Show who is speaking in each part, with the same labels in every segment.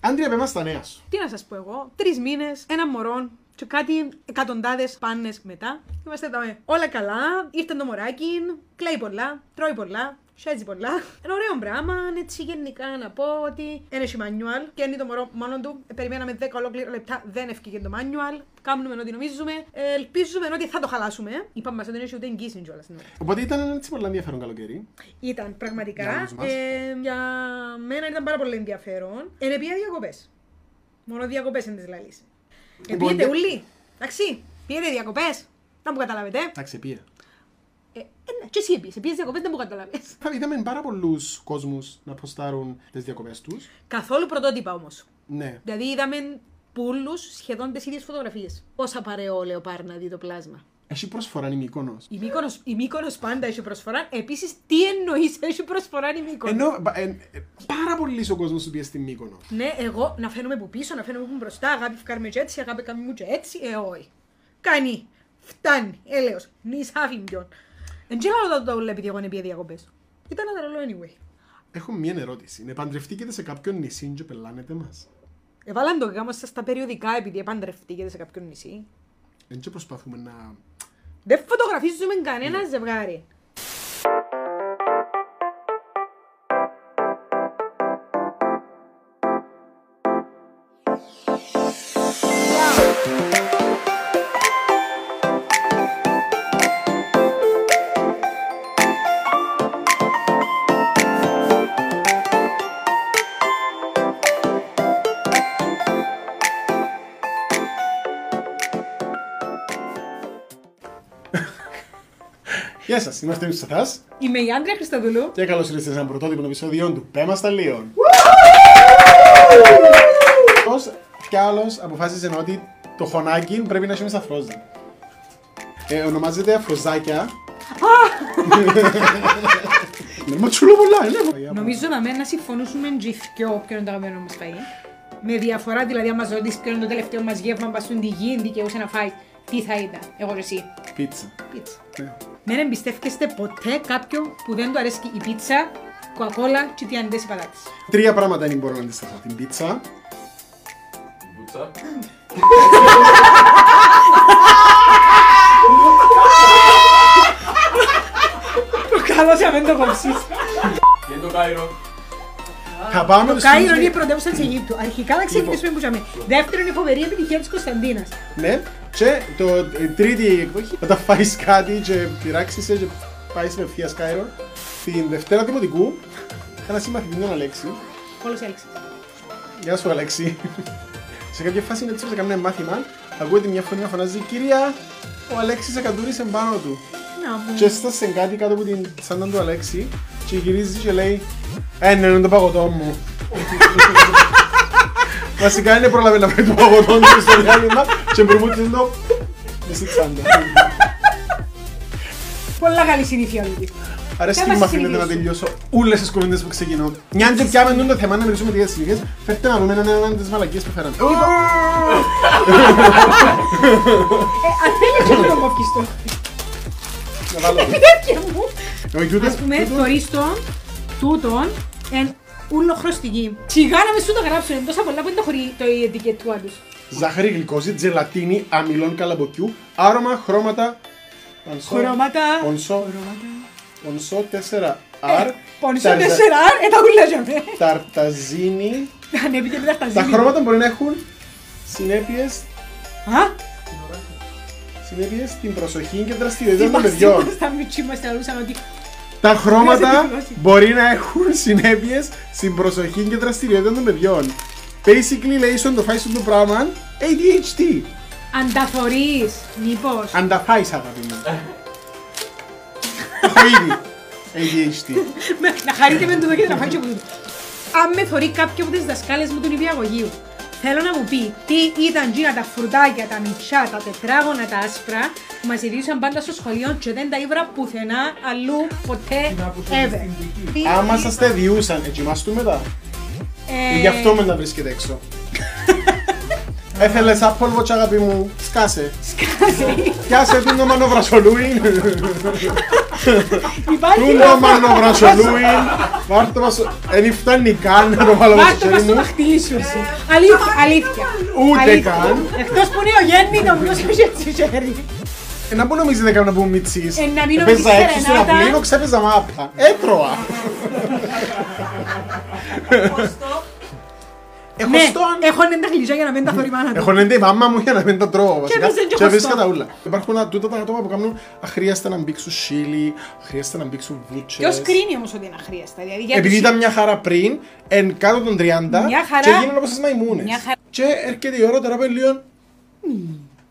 Speaker 1: Άντρια, πέμα στα νέα σου.
Speaker 2: Τι να σας πω εγώ, τρεις μήνες, ένα μωρό και κάτι εκατοντάδες πάνες μετά. Είμαστε εδώ. ε. Όλα καλά, ήρθε το μωράκι, κλαίει πολλά, τρώει πολλά, σέζει πολλά. Ένα ωραίο πράγμα, έτσι γενικά να πω ότι ένα έχει manual και είναι το μωρό μόνο του. Ε, Περιμέναμε 10 ολόκληρα λεπτά, δεν έφυγε το manual. Κάνουμε ό,τι νομίζουμε. Ε, Ελπίζουμε ότι θα το χαλάσουμε. Είπαμε μας ότι δεν έχει ούτε εγγύηση κιόλας.
Speaker 1: Οπότε ήταν ένα έτσι πολύ ενδιαφέρον καλοκαίρι.
Speaker 2: Ήταν
Speaker 1: Για
Speaker 2: πραγματικά.
Speaker 1: όλους μας.
Speaker 2: Ε, για μένα ήταν πάρα πολύ ενδιαφέρον. Εν επία διακοπές. Μόνο διακοπές είναι της λαλής.
Speaker 1: Λοιπόν, δε-
Speaker 2: Επίετε ουλί. Εντάξει. Πήγαινε διακοπές. Να μου καταλάβετε.
Speaker 1: Εντάξει, πήγε.
Speaker 2: Ε, ε, ναι, και εσύ πήγε. Πήγε διακοπές, δεν μου καταλάβεις.
Speaker 1: Θα είδαμε πάρα πολλούς κόσμους να προστάρουν τις διακοπές τους.
Speaker 2: Καθόλου πρωτότυπα όμως.
Speaker 1: Ναι.
Speaker 2: Δηλαδή είδαμε πουλούς σχεδόν τις ίδιες φωτογραφίες. Όσα παρεό, λέω πάρει να δει το πλάσμα.
Speaker 1: Έχει προσφορά η Μύκονο.
Speaker 2: Η Μύκονος, η Μύκονος πάντα έχει προσφορά. Επίσης, τι εννοείς, έχει προσφορά η Μύκονος.
Speaker 1: Ενώ μπα- εν- ε, πάρα πολλοί ο κόσμος του πήγε στη Μύκονο.
Speaker 2: Ναι, εγώ να φαίνομαι που πίσω, να φαίνομαι που μπροστά, αγάπη φκάρουμε και έτσι, αγάπη καμί μου και έτσι, ε, όχι. Κάνει, φτάνει, Ε, έλεος, νης σάφι ποιον. Εν και άλλο το τόλου επειδή εγώ είναι πήγε διακοπές. Ήταν ένα τρελό anyway.
Speaker 1: Έχω μία ερώτηση. Επαντρευτήκετε σε κάποιον νησί και πελάνετε μας.
Speaker 2: Εβάλαν Ε, το γάμο σας στα περιοδικά επειδή επαντρευτήκετε σε κάποιον νησί.
Speaker 1: Δεν και προσπαθούμε να.
Speaker 2: Δεν φωτογραφίζουμε κανένα ζευγάρι.
Speaker 1: Γεια σας, είμαστε εμεί Σαθά
Speaker 2: Είμαι η Άντρια Χρισταδούλου.
Speaker 1: και καλώς ήρθατε σε ένα πρωτότυπο επεισόδιο του Πέμα στα Λίον. Ποιο κι άλλος αποφάσισε ότι το χωνάκι πρέπει να έχει μέσα φρόζα. Ε, ονομάζεται Αφροζάκια. Ναι, μα τσουλό πολλά, ναι.
Speaker 2: Νομίζω να μένει να συμφωνούσουμε τζιθκιό ποιο είναι το αγαπημένο μας φαΐ. Με διαφορά, δηλαδή, άμα ρωτήσεις ποιο είναι το τελευταίο μας γεύμα, μπας στον τη γη, δικαιούσε να φάει, τι θα ήταν, εγώ και εσύ.
Speaker 1: Πίτσα.
Speaker 2: Πίτσα.
Speaker 1: Ναι.
Speaker 2: Μην εμπιστεύκεστε ποτέ κάποιον που δεν του αρέσει η πίτσα, κοκακόλα και τι αντές οι πατάτες.
Speaker 1: Τρία πράγματα είναι που μπορώ να αντισταθώ. Την πίτσα,
Speaker 3: Μπουτσα.
Speaker 2: Καλό σε αμήν το κόψεις.
Speaker 3: Και το Κάιρο.
Speaker 1: θα πάμε στους
Speaker 2: Κάιρο είναι η
Speaker 1: Ινδιανούς-
Speaker 2: πρωτεύουσα της Αιγύπτου. Αρχικά να ξεκινήσουμε που είχαμε. Δεύτερον, η φοβερή επιτυχία της Κωνσταντίνας.
Speaker 1: Ναι, και το ε, τρίτη εκδοχή, όταν φάεις κάτι και πειράξεις σε και πάεις με ευθεία Κάιρο, την Δευτέρα Δημοτικού, είχα ένα συμμαθητή με τον Αλέξη.
Speaker 2: Όλος έλεξες.
Speaker 1: Γεια σου, Αλέξη. σε κάποια φάση είναι έτσι που κάνουμε μάθημα, ακούγεται μια φωνή να φωνάζει «Κυρία, ο Αλέξης εκατούρισε πάνω του».
Speaker 2: Να μου.
Speaker 1: Και έστασε κάτι κάτω από την τσάντα του Αλέξη και γυρίζει και λέει «Ε, ναι, είναι το παγωτό μου». Βασικά είναι πρόλαβε να πάει το παγωτό του στο διάλειμμα και μπρουμπούτησε το μες στη τσάντα.
Speaker 2: Πολλά καλή συνήθεια Ε, όλη.
Speaker 1: Άρα
Speaker 2: Δεν μας
Speaker 1: στιγμά θέλετε να
Speaker 2: συνηθίσει.
Speaker 1: τελειώσω όλες τις κουβέντες που ξεκινώ. Μια και πιάμε το θέμα να μιλήσουμε για τις συνήθειες, φέρτε να δούμε έναν έναν τις μαλακίες που φέραμε.
Speaker 2: Αν θέλεις και το κόφκιστο.
Speaker 1: Να βάλω.
Speaker 2: Επιτεύχε μου.
Speaker 1: Ο Γιούτας-
Speaker 2: Ας πούμε,
Speaker 1: Γιούτας-
Speaker 2: θωρίστον, τούτον, εν ούλο χρωστική. Σιγά να μες σου το γράψουν, είναι τόσα πολλά που είναι το χωρί το η ετικετούα τους.
Speaker 1: Ζάχαρη, γλυκόζη, τζελατίνη, αμυλών καλαμποκιού, άρωμα, χρώματα, πανσό,
Speaker 2: Χρώματα.
Speaker 1: πονσό, πονσό
Speaker 2: Ε,
Speaker 1: 4R,
Speaker 2: Πονισό 4R, ε, τα ούλα για μέ.
Speaker 1: ταρταζίνη.
Speaker 2: Αν έπειτε μετά τα
Speaker 1: Τα
Speaker 2: ζύγι.
Speaker 1: χρώματα μπορεί να έχουν συνέπειες,
Speaker 2: Α,
Speaker 1: συνέπειες στην προσοχή και δραστηριότητα των
Speaker 2: θυμάσαι
Speaker 1: παιδιών.
Speaker 2: στα μυτσί μας θεωρούσαν ότι
Speaker 1: Τα χρώματα
Speaker 2: Ποιος επιβιώσει.
Speaker 1: μπορεί να έχουν συνέπειες στην προσοχή και δραστηριότητα των παιδιών. Basically, λέει στον το φάεις το πράγμα, ADHD.
Speaker 2: αν τα θωρείς, μήπως.
Speaker 1: Αν τα φάεις, αγάπη μου. Το ήδη. ADHD.
Speaker 2: Με- Να χαρείτε με τούτο και να φάει και από τούτο. Αν με θωρεί κάποιο από τις δασκάλες μου του νηπιαγωγείου, θέλω να μου πει τι ήταν τζίνα τα φρουτάκια, τα μυτσά, τα τετράγωνα, τα άσπρα που μας ειδήσαν πάντα στο σχολείο και δεν τα ήβρα πουθενά αλλού ποτέ ever. Τι-
Speaker 1: Άμα σας τα διούσαν, έτσι μας του μετά.
Speaker 2: Ε,
Speaker 1: Γι' αυτό με να βρίσκεται έξω. Έθελες Apple Watch, αγάπη μου. Σκάσε. Πιάσε του μανοβρασολούιν.
Speaker 4: Υπάρχει
Speaker 1: Του μανοβρασολούιν. Βάρτε μας. Δεν φτάνει καν να το βάλω μέσα στο
Speaker 2: Πάρτε μας
Speaker 1: χέρι
Speaker 2: το
Speaker 1: μου.
Speaker 2: δαχτυλί σου εσύ. Αλήθεια, αλήθεια.
Speaker 1: Ούτε
Speaker 2: Αλήθεια.
Speaker 1: καν.
Speaker 2: Εκτός που είναι ο Γέννη, το οποίο σου είχε έτσι χέρι.
Speaker 1: Ε, Να που νομίζετε δεν κάνω να πούμε μιτσής.
Speaker 2: Ε, να μην νομίζεις
Speaker 1: Έπαιζα έξω στην
Speaker 2: σερενάτα.
Speaker 1: αυλή, εγώ ξέπαιζα μάπα. Έτρωα. Έχω
Speaker 2: Ναι,
Speaker 1: στόν.
Speaker 2: έχω ένα γλυκιά για να μην τα θωρημάνα του.
Speaker 1: Έχω νέντε η μαμά μου για να μην τα τρώω βασικά.
Speaker 2: έπαιζε και
Speaker 1: Και
Speaker 2: χωστό.
Speaker 1: βρίσκα τα ούλα. Υπάρχουν α, τούτα τα άτομα που κάνουν αχρίαστα να μπήξουν σίλι, αχρίαστα να μπήξουν βούτσες.
Speaker 2: Ποιος κρίνει όμως ότι είναι αχρίαστα. Δηλαδή, για
Speaker 1: Επειδή
Speaker 2: τους-
Speaker 1: ήταν μια χαρά πριν, εν κάτω των 30,
Speaker 2: Μια χαρά.
Speaker 1: και γίνουν όπως τις μαϊμούνες.
Speaker 2: Μια χαρά.
Speaker 1: Και έρχεται η ώρα τώρα που είναι λίγο...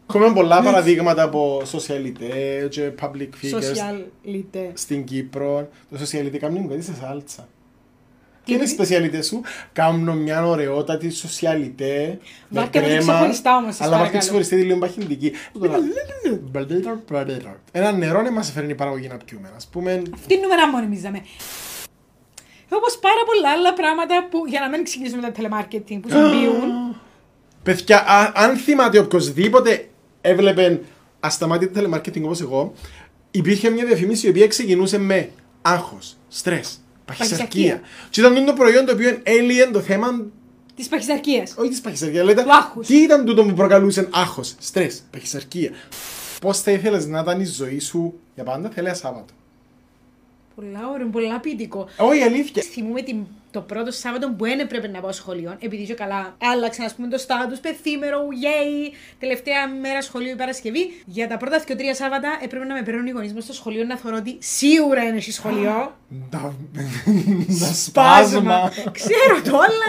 Speaker 1: Έχουμε
Speaker 2: Ναι.
Speaker 1: πολλά παραδείγματα από σοσιαλιτέ και public figures
Speaker 2: Σοσιαλιτέ.
Speaker 1: στην Κύπρο. Το σοσιαλιτέ κάνουν κάτι σε σάλτσα. Τι είναι οι σπεσιαλιτέ σου, κάνουν μια ωραιότατη σοσιαλιτέ με
Speaker 2: Βάρτε μας
Speaker 1: κρέμα,
Speaker 2: ξεχωριστά όμως, σας
Speaker 1: αλλά βάρτε
Speaker 2: παρακαλώ.
Speaker 1: ξεχωριστή τη λίγο παχυντική. Ένα νερό δεν μας φέρνει η παραγωγή να πιούμε, ας πούμε.
Speaker 2: Τι νούμερα μόνιμιζαμε. Όπως πάρα πολλά άλλα πράγματα που, για να μην ξεκινήσουμε τα telemarketing, που συμπιούν.
Speaker 1: Παιδιά, α- αν θυμάται οποιοδήποτε έβλεπε ασταμάτητη telemarketing όπως εγώ, υπήρχε μια διαφημίση η οποία ξεκινούσε με άγχος, στρες, παχυσαρκία.
Speaker 2: Παχυσαρκία.
Speaker 1: Και ήταν το προϊόν το οποίο έλυε το θέμα
Speaker 2: Της παχυσαρκίας.
Speaker 1: όχι της παχυσαρκίας, αλλά ήταν.
Speaker 2: Του άγχους.
Speaker 1: Τι ήταν τούτο που προκαλούσε άγχος, στρες, παχυσαρκία. Πώς θα ήθελες να ήταν η ζωή σου για πάντα, θέλει ένα Σάββατο.
Speaker 2: Πολλά ωραία, πολλά ποιητικό.
Speaker 1: Όχι, αλήθεια.
Speaker 2: Θυμούμαι την, το πρώτο Σάββατο που δεν έπρεπε να πάω σχολείο, επειδή και καλά άλλαξαν ας πούμε το στάτους, πεθήμερο, γέι, τελευταία μέρα σχολείου η Παρασκευή. Για τα πρώτα δύο τρία Σάββατα έπρεπε να με παίρνουν οι γονείς μου στο σχολείο να θεωρώ ότι σίγουρα είναι εσύ σχολείο.
Speaker 1: Τα τα σπάσμα.
Speaker 2: Ξέρω το, αλλά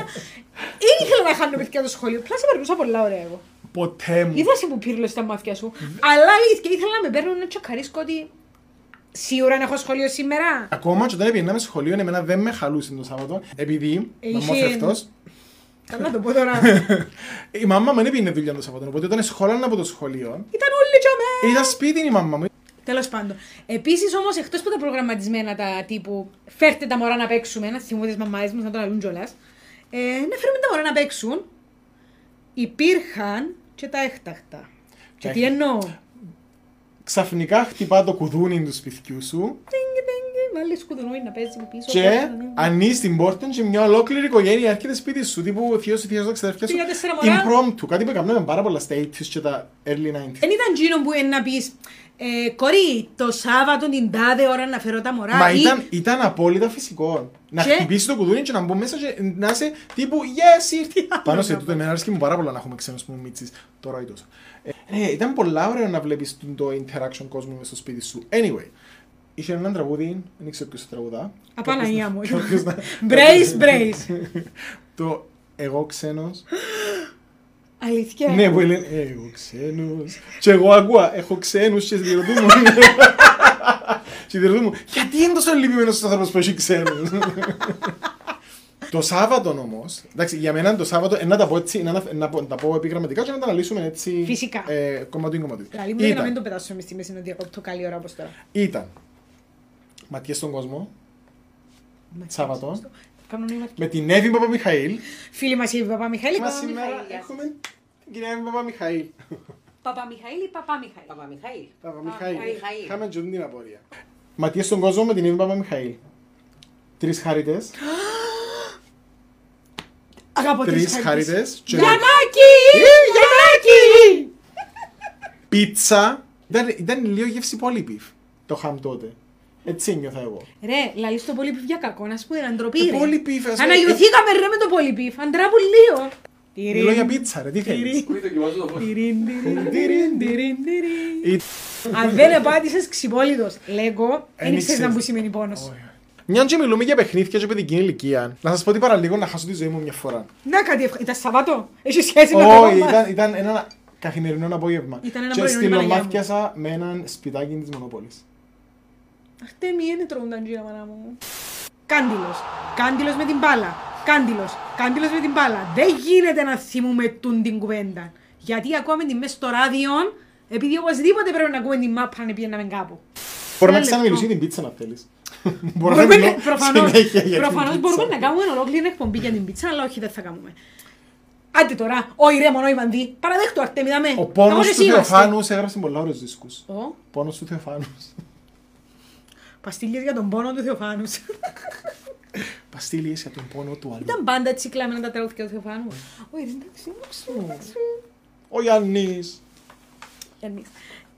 Speaker 2: δεν ήθελα να χάνω παιδιά το σχολείο. Πλάσε περνούσα πολλά ωραία εγώ.
Speaker 1: Ποτέ μου.
Speaker 2: Είδα σε που πύρλο στα μάτια σου. Αλλά αλήθεια, ήθελα να με παίρνουν να τσοκαρίσκω ότι σίγουρα να έχω σχολείο σήμερα.
Speaker 1: Ακόμα και όταν πήγαμε σχολείο, εμένα δεν με χαλούσε το Σάββατο, επειδή.
Speaker 2: Ε,
Speaker 1: Να
Speaker 2: είχε-
Speaker 1: θευτός,
Speaker 2: Καλά να το πω τώρα.
Speaker 1: Η μαμά μου δεν πήγαινε δουλειά το Σάββατο, οπότε όταν σχόλανα από το σχολείο,
Speaker 2: Ήταν όλοι τσομέ.
Speaker 1: ήταν σπίτι η μαμά μου.
Speaker 2: Τέλος πάντων. Επίσης όμως, εκτός από τα προγραμματισμένα τα τύπου φέρτε τα μωρά να παίξουμε, να θυμούνται τις μαμάδες μας να τον αλούν κιόλας. Ε, να φέρουμε τα μωρά να παίξουν. Υπήρχαν και τα έκτακτα. Και τι
Speaker 1: έκτακτα.
Speaker 2: εννοώ.
Speaker 1: Ξαφνικά χτυπά το κουδούνι του σπιτιού σου
Speaker 2: Τίνγκι, τίνγκι, Βάλει σκουδουνόι να παίζει από πίσω.
Speaker 1: και
Speaker 2: πίσω, ναι.
Speaker 1: ανοίγει την πόρτα και μια ολόκληρη οικογένεια έρχεται σπίτι σου. Τύπου θείος ή θεία ξαδέρφια σου.
Speaker 2: Πήγα τέσσερα μωρά.
Speaker 1: Impromptu, κάτι που έκαναμε πάρα πολλά στα 80s και τα early 90s.
Speaker 2: Δεν ήταν τζίνο που είναι να πεις ε, Κορή, το Σάββατο την τάδε ώρα Ε, να φέρω τα μωρά.
Speaker 1: Μα
Speaker 2: ή-
Speaker 1: ήταν, ήταν απόλυτα φυσικό. Να
Speaker 2: Και-
Speaker 1: χτυπήσει το κουδούνι και να μπω μέσα και να είσαι τύπου Yes, ήρθε. Πάνω σε
Speaker 2: πράγμα.
Speaker 1: τούτο, εμένα άρεσε μου πάρα πολλά να έχουμε ξένου που μου μίτσι. Τώρα ή τόσο. Ε, ναι, ήταν πολλά ωραίο να βλέπεις το interaction κόσμου μέσα στο σπίτι σου. Anyway, είχε έναν τραγούδι, δεν ξέρω ποιο το τραγουδά.
Speaker 2: Απαναγία μου.
Speaker 1: Κάποιος να-
Speaker 2: Μπρέι, μπρέι.
Speaker 1: Το εγώ ξένος.
Speaker 2: Αλήθεια.
Speaker 1: Ναι, που λένε Εγώ ξένος. Και εγώ ακούω, έχω ξένους και στη διερωτή μου. Στη διερωτή μου, γιατί είναι τόσο λυπημένος ο άνθρωπος που έχει ξένους. Το Σάββατο όμως, εντάξει, για μένα το Σάββατο, ε, να τα πω έτσι, να, να, πω- να τα πω επιγραμματικά και να τα αναλύσουμε έτσι.
Speaker 2: Φυσικά.
Speaker 1: Ε, κομματίν κομματίν.
Speaker 2: Δηλαδή, μου για να μην το
Speaker 1: Ήταν,
Speaker 2: πετάσουμε εμείς στη μέση να διακόπτω καλή ώρα όπως τώρα.
Speaker 1: ήταν. Ματιές στον κόσμο, Σάββατο,
Speaker 2: Κανονικά.
Speaker 1: με την Εύη Παπαμιχαήλ.
Speaker 2: Φίλοι μας, η Παπαμιχαήλ.
Speaker 1: Μα σήμερα έχουμε την κυρία Εύη Παπαμιχαήλ.
Speaker 5: Παπαμιχαήλ ή Παπαμιχαήλ. Παπαμιχαήλ.
Speaker 1: Παπαμιχαήλ.
Speaker 5: Παπαμιχαήλ.
Speaker 1: Είχαμε και την απορία. Ματιές στον κόσμο με την Εύη Παπαμιχαήλ. Τρεις χαρίτες.
Speaker 2: Αγαπώ τι
Speaker 1: Τρεις χαρίτες. και
Speaker 2: Γιαννάκι! Γιαννάκι!
Speaker 1: Πίτσα. Ήταν, ήταν λίγο γεύση πολύ πιφ. Το χαμ τότε. Έτσι νιώθα εγώ.
Speaker 2: Ρε, λαλείς το πολύ πιφ για κακό, να σου πω, είναι ντροπή.
Speaker 1: Το
Speaker 2: ρε.
Speaker 1: πολύ πιφ, ας πούμε,
Speaker 2: Αναγιωθήκαμε ρε με το πολύ πιφ, αντράπουλίο.
Speaker 1: Μιλώ για πίτσα ρε, τι θέλεις.
Speaker 3: Πριν δοκιμάζω το φως.
Speaker 1: Τιρίν, Ή-
Speaker 2: Αν δεν απάντησες ξυπόλυτος, λέγω, δεν
Speaker 1: Ένιξες.
Speaker 2: ξέρεις να μου σημαίνει πόνος.
Speaker 1: Ωραία. Μιαν και μιλούμε για παιχνίδια και παιδική ηλικία, να σας πω ότι παραλίγο να χάσω τη ζωή μου μια φορά.
Speaker 2: Να κάτι ευχα... Ήταν Σαββάτο, έχει σχέση με Ε, το
Speaker 1: Όχι,
Speaker 2: κόμμα.
Speaker 1: ήταν, ήταν ένα καθημερινό απόγευμα.
Speaker 2: Ήταν ένα
Speaker 1: και
Speaker 2: πρωινό,
Speaker 1: στη
Speaker 2: η Παναγιά μου.
Speaker 1: Λομάφιασα με έναν σπιτάκι της Μονοπόλης.
Speaker 2: Αχτέ μη είναι τρώουν τα τζίνα μάνα μου. Κάντιλος, κάντιλος με την μπάλα, κάντιλος, κάντιλος με την μπάλα. Δεν γίνεται να θυμούμε τούν την κουβέντα. Γιατί ακούμε τη μέσα στο ράδιο, επειδή οπωσδήποτε πρέπει να ακούμε την μάπα να πηγαίναμε κάπου.
Speaker 1: Μπορούμε να
Speaker 2: Ένα
Speaker 1: ξαναμιλήσουμε
Speaker 2: λεπτό.
Speaker 1: την πίτσα να θέλεις.
Speaker 2: Μπορούμε,
Speaker 1: Μπορούμε να
Speaker 2: προφανώς,
Speaker 1: συνέχεια για την
Speaker 2: προφανώς
Speaker 1: πίτσα.
Speaker 2: μπορούμε να κάνουμε ολόκληρη εκπομπή για την πίτσα, αλλά όχι δεν θα κάνουμε. Άντε τώρα, ο ηρέμον, ο Ιβανδί. Παραδέχτου, Αρτέμι, δαμέ.
Speaker 1: Ο πόνος
Speaker 2: Κάπως
Speaker 1: του
Speaker 2: εσύ είμαστε.
Speaker 1: Θεοφάνους έγραψε πολλά ωραίους δίσκους.
Speaker 2: Ω,
Speaker 1: Πόνος του Θεοφάνους.
Speaker 2: παστίλιες για τον πόνο του Θεοφάνους.
Speaker 1: Παστίλιες για τον πόνο του άλλου.
Speaker 2: Ήταν πάντα έτσι κλαμμένα τα τραγούδια του Θεοφάνου. Όχι, εντάξει, εντάξει, εντάξει.
Speaker 1: Ο Γιάννης.
Speaker 2: Γιάννης,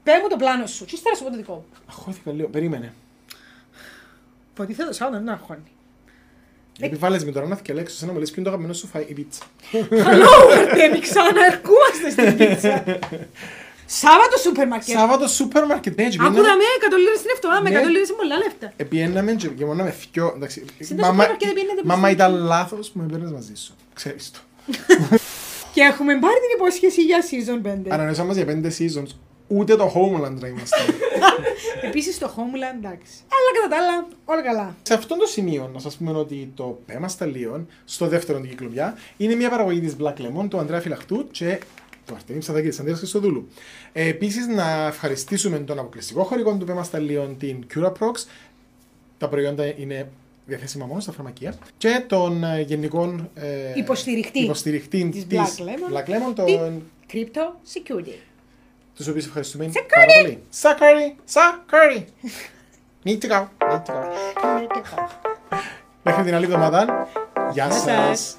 Speaker 2: Πες μου το πλάνο σου. Τι ύστερα σου πω το δικό μου.
Speaker 1: Αχώθηκα λίγο.
Speaker 2: Ε-
Speaker 1: Περίμενε.
Speaker 2: Ποτίθεται το Σάββατο να αγχώνει.
Speaker 1: Επιβάλλε με τώρα να θυκελέξω σε ένα μελέ ποιο είναι το αγαπημένο σου φάει η πίτσα.
Speaker 2: Καλό, Αρτέμι, ξαναερχόμαστε στην πίτσα. Σάββατο σούπερ μαρκέτ.
Speaker 1: Σάββατο σούπερ μάρκετ. Ναι, και
Speaker 4: Ακούγαμε
Speaker 1: πήγαμε-
Speaker 4: 100 λίρε την εβδομάδα, με
Speaker 1: Ναι.
Speaker 4: 100 λίρε είναι πολλά λεφτά.
Speaker 1: Επιέναμε και μόναμε θκυο. Εντάξει, μαμά-
Speaker 2: Συνήθως σούπερ μάρκετ δεν πηγαίνετε
Speaker 1: Μαμά
Speaker 2: μαζί.
Speaker 1: ήταν λάθος που με παίρνες μαζί σου. Ξέρεις το.
Speaker 2: Και έχουμε πάρει την υπόσχεση για season 5.
Speaker 1: Ανανέωσαν μας για πέντε seasons. Ούτε το Homeland να είμαστε.
Speaker 2: Επίσης το Homeland, εντάξει. Αλλά κατά τα άλλα, όλα καλά.
Speaker 1: Σε αυτόν το σημείο, να σας πούμε ότι το Πέμα Σταλίων, στο δεύτερο του κύκλο πια, είναι μια παραγωγή της Black Lemon, του Ανδρέα Φυλαχτού και του Αρτέμι Ψαδάκη της Ανδρέας Χριστοδούλου. Ε, Επίσης, να ευχαριστήσουμε τον αποκλειστικό χορηγό του Πέμα Σταλίων, την CuraProx. Τα προϊόντα είναι διαθέσιμα μόνο στα φαρμακεία. Και τον ε, γενικό ε,
Speaker 2: Υποστηρικτή.
Speaker 1: υποστηρικτή
Speaker 2: Της
Speaker 1: της
Speaker 2: Black Lemon.
Speaker 1: Black Lemon, τον,
Speaker 2: Crypto Security.
Speaker 1: τους οποίους ευχαριστούμε πάρα πολύ. Σακάρι! Σακάρι! Need to go. Need to go. Μέχρι την άλλη εβδομάδα. Γεια σας.
Speaker 2: σας.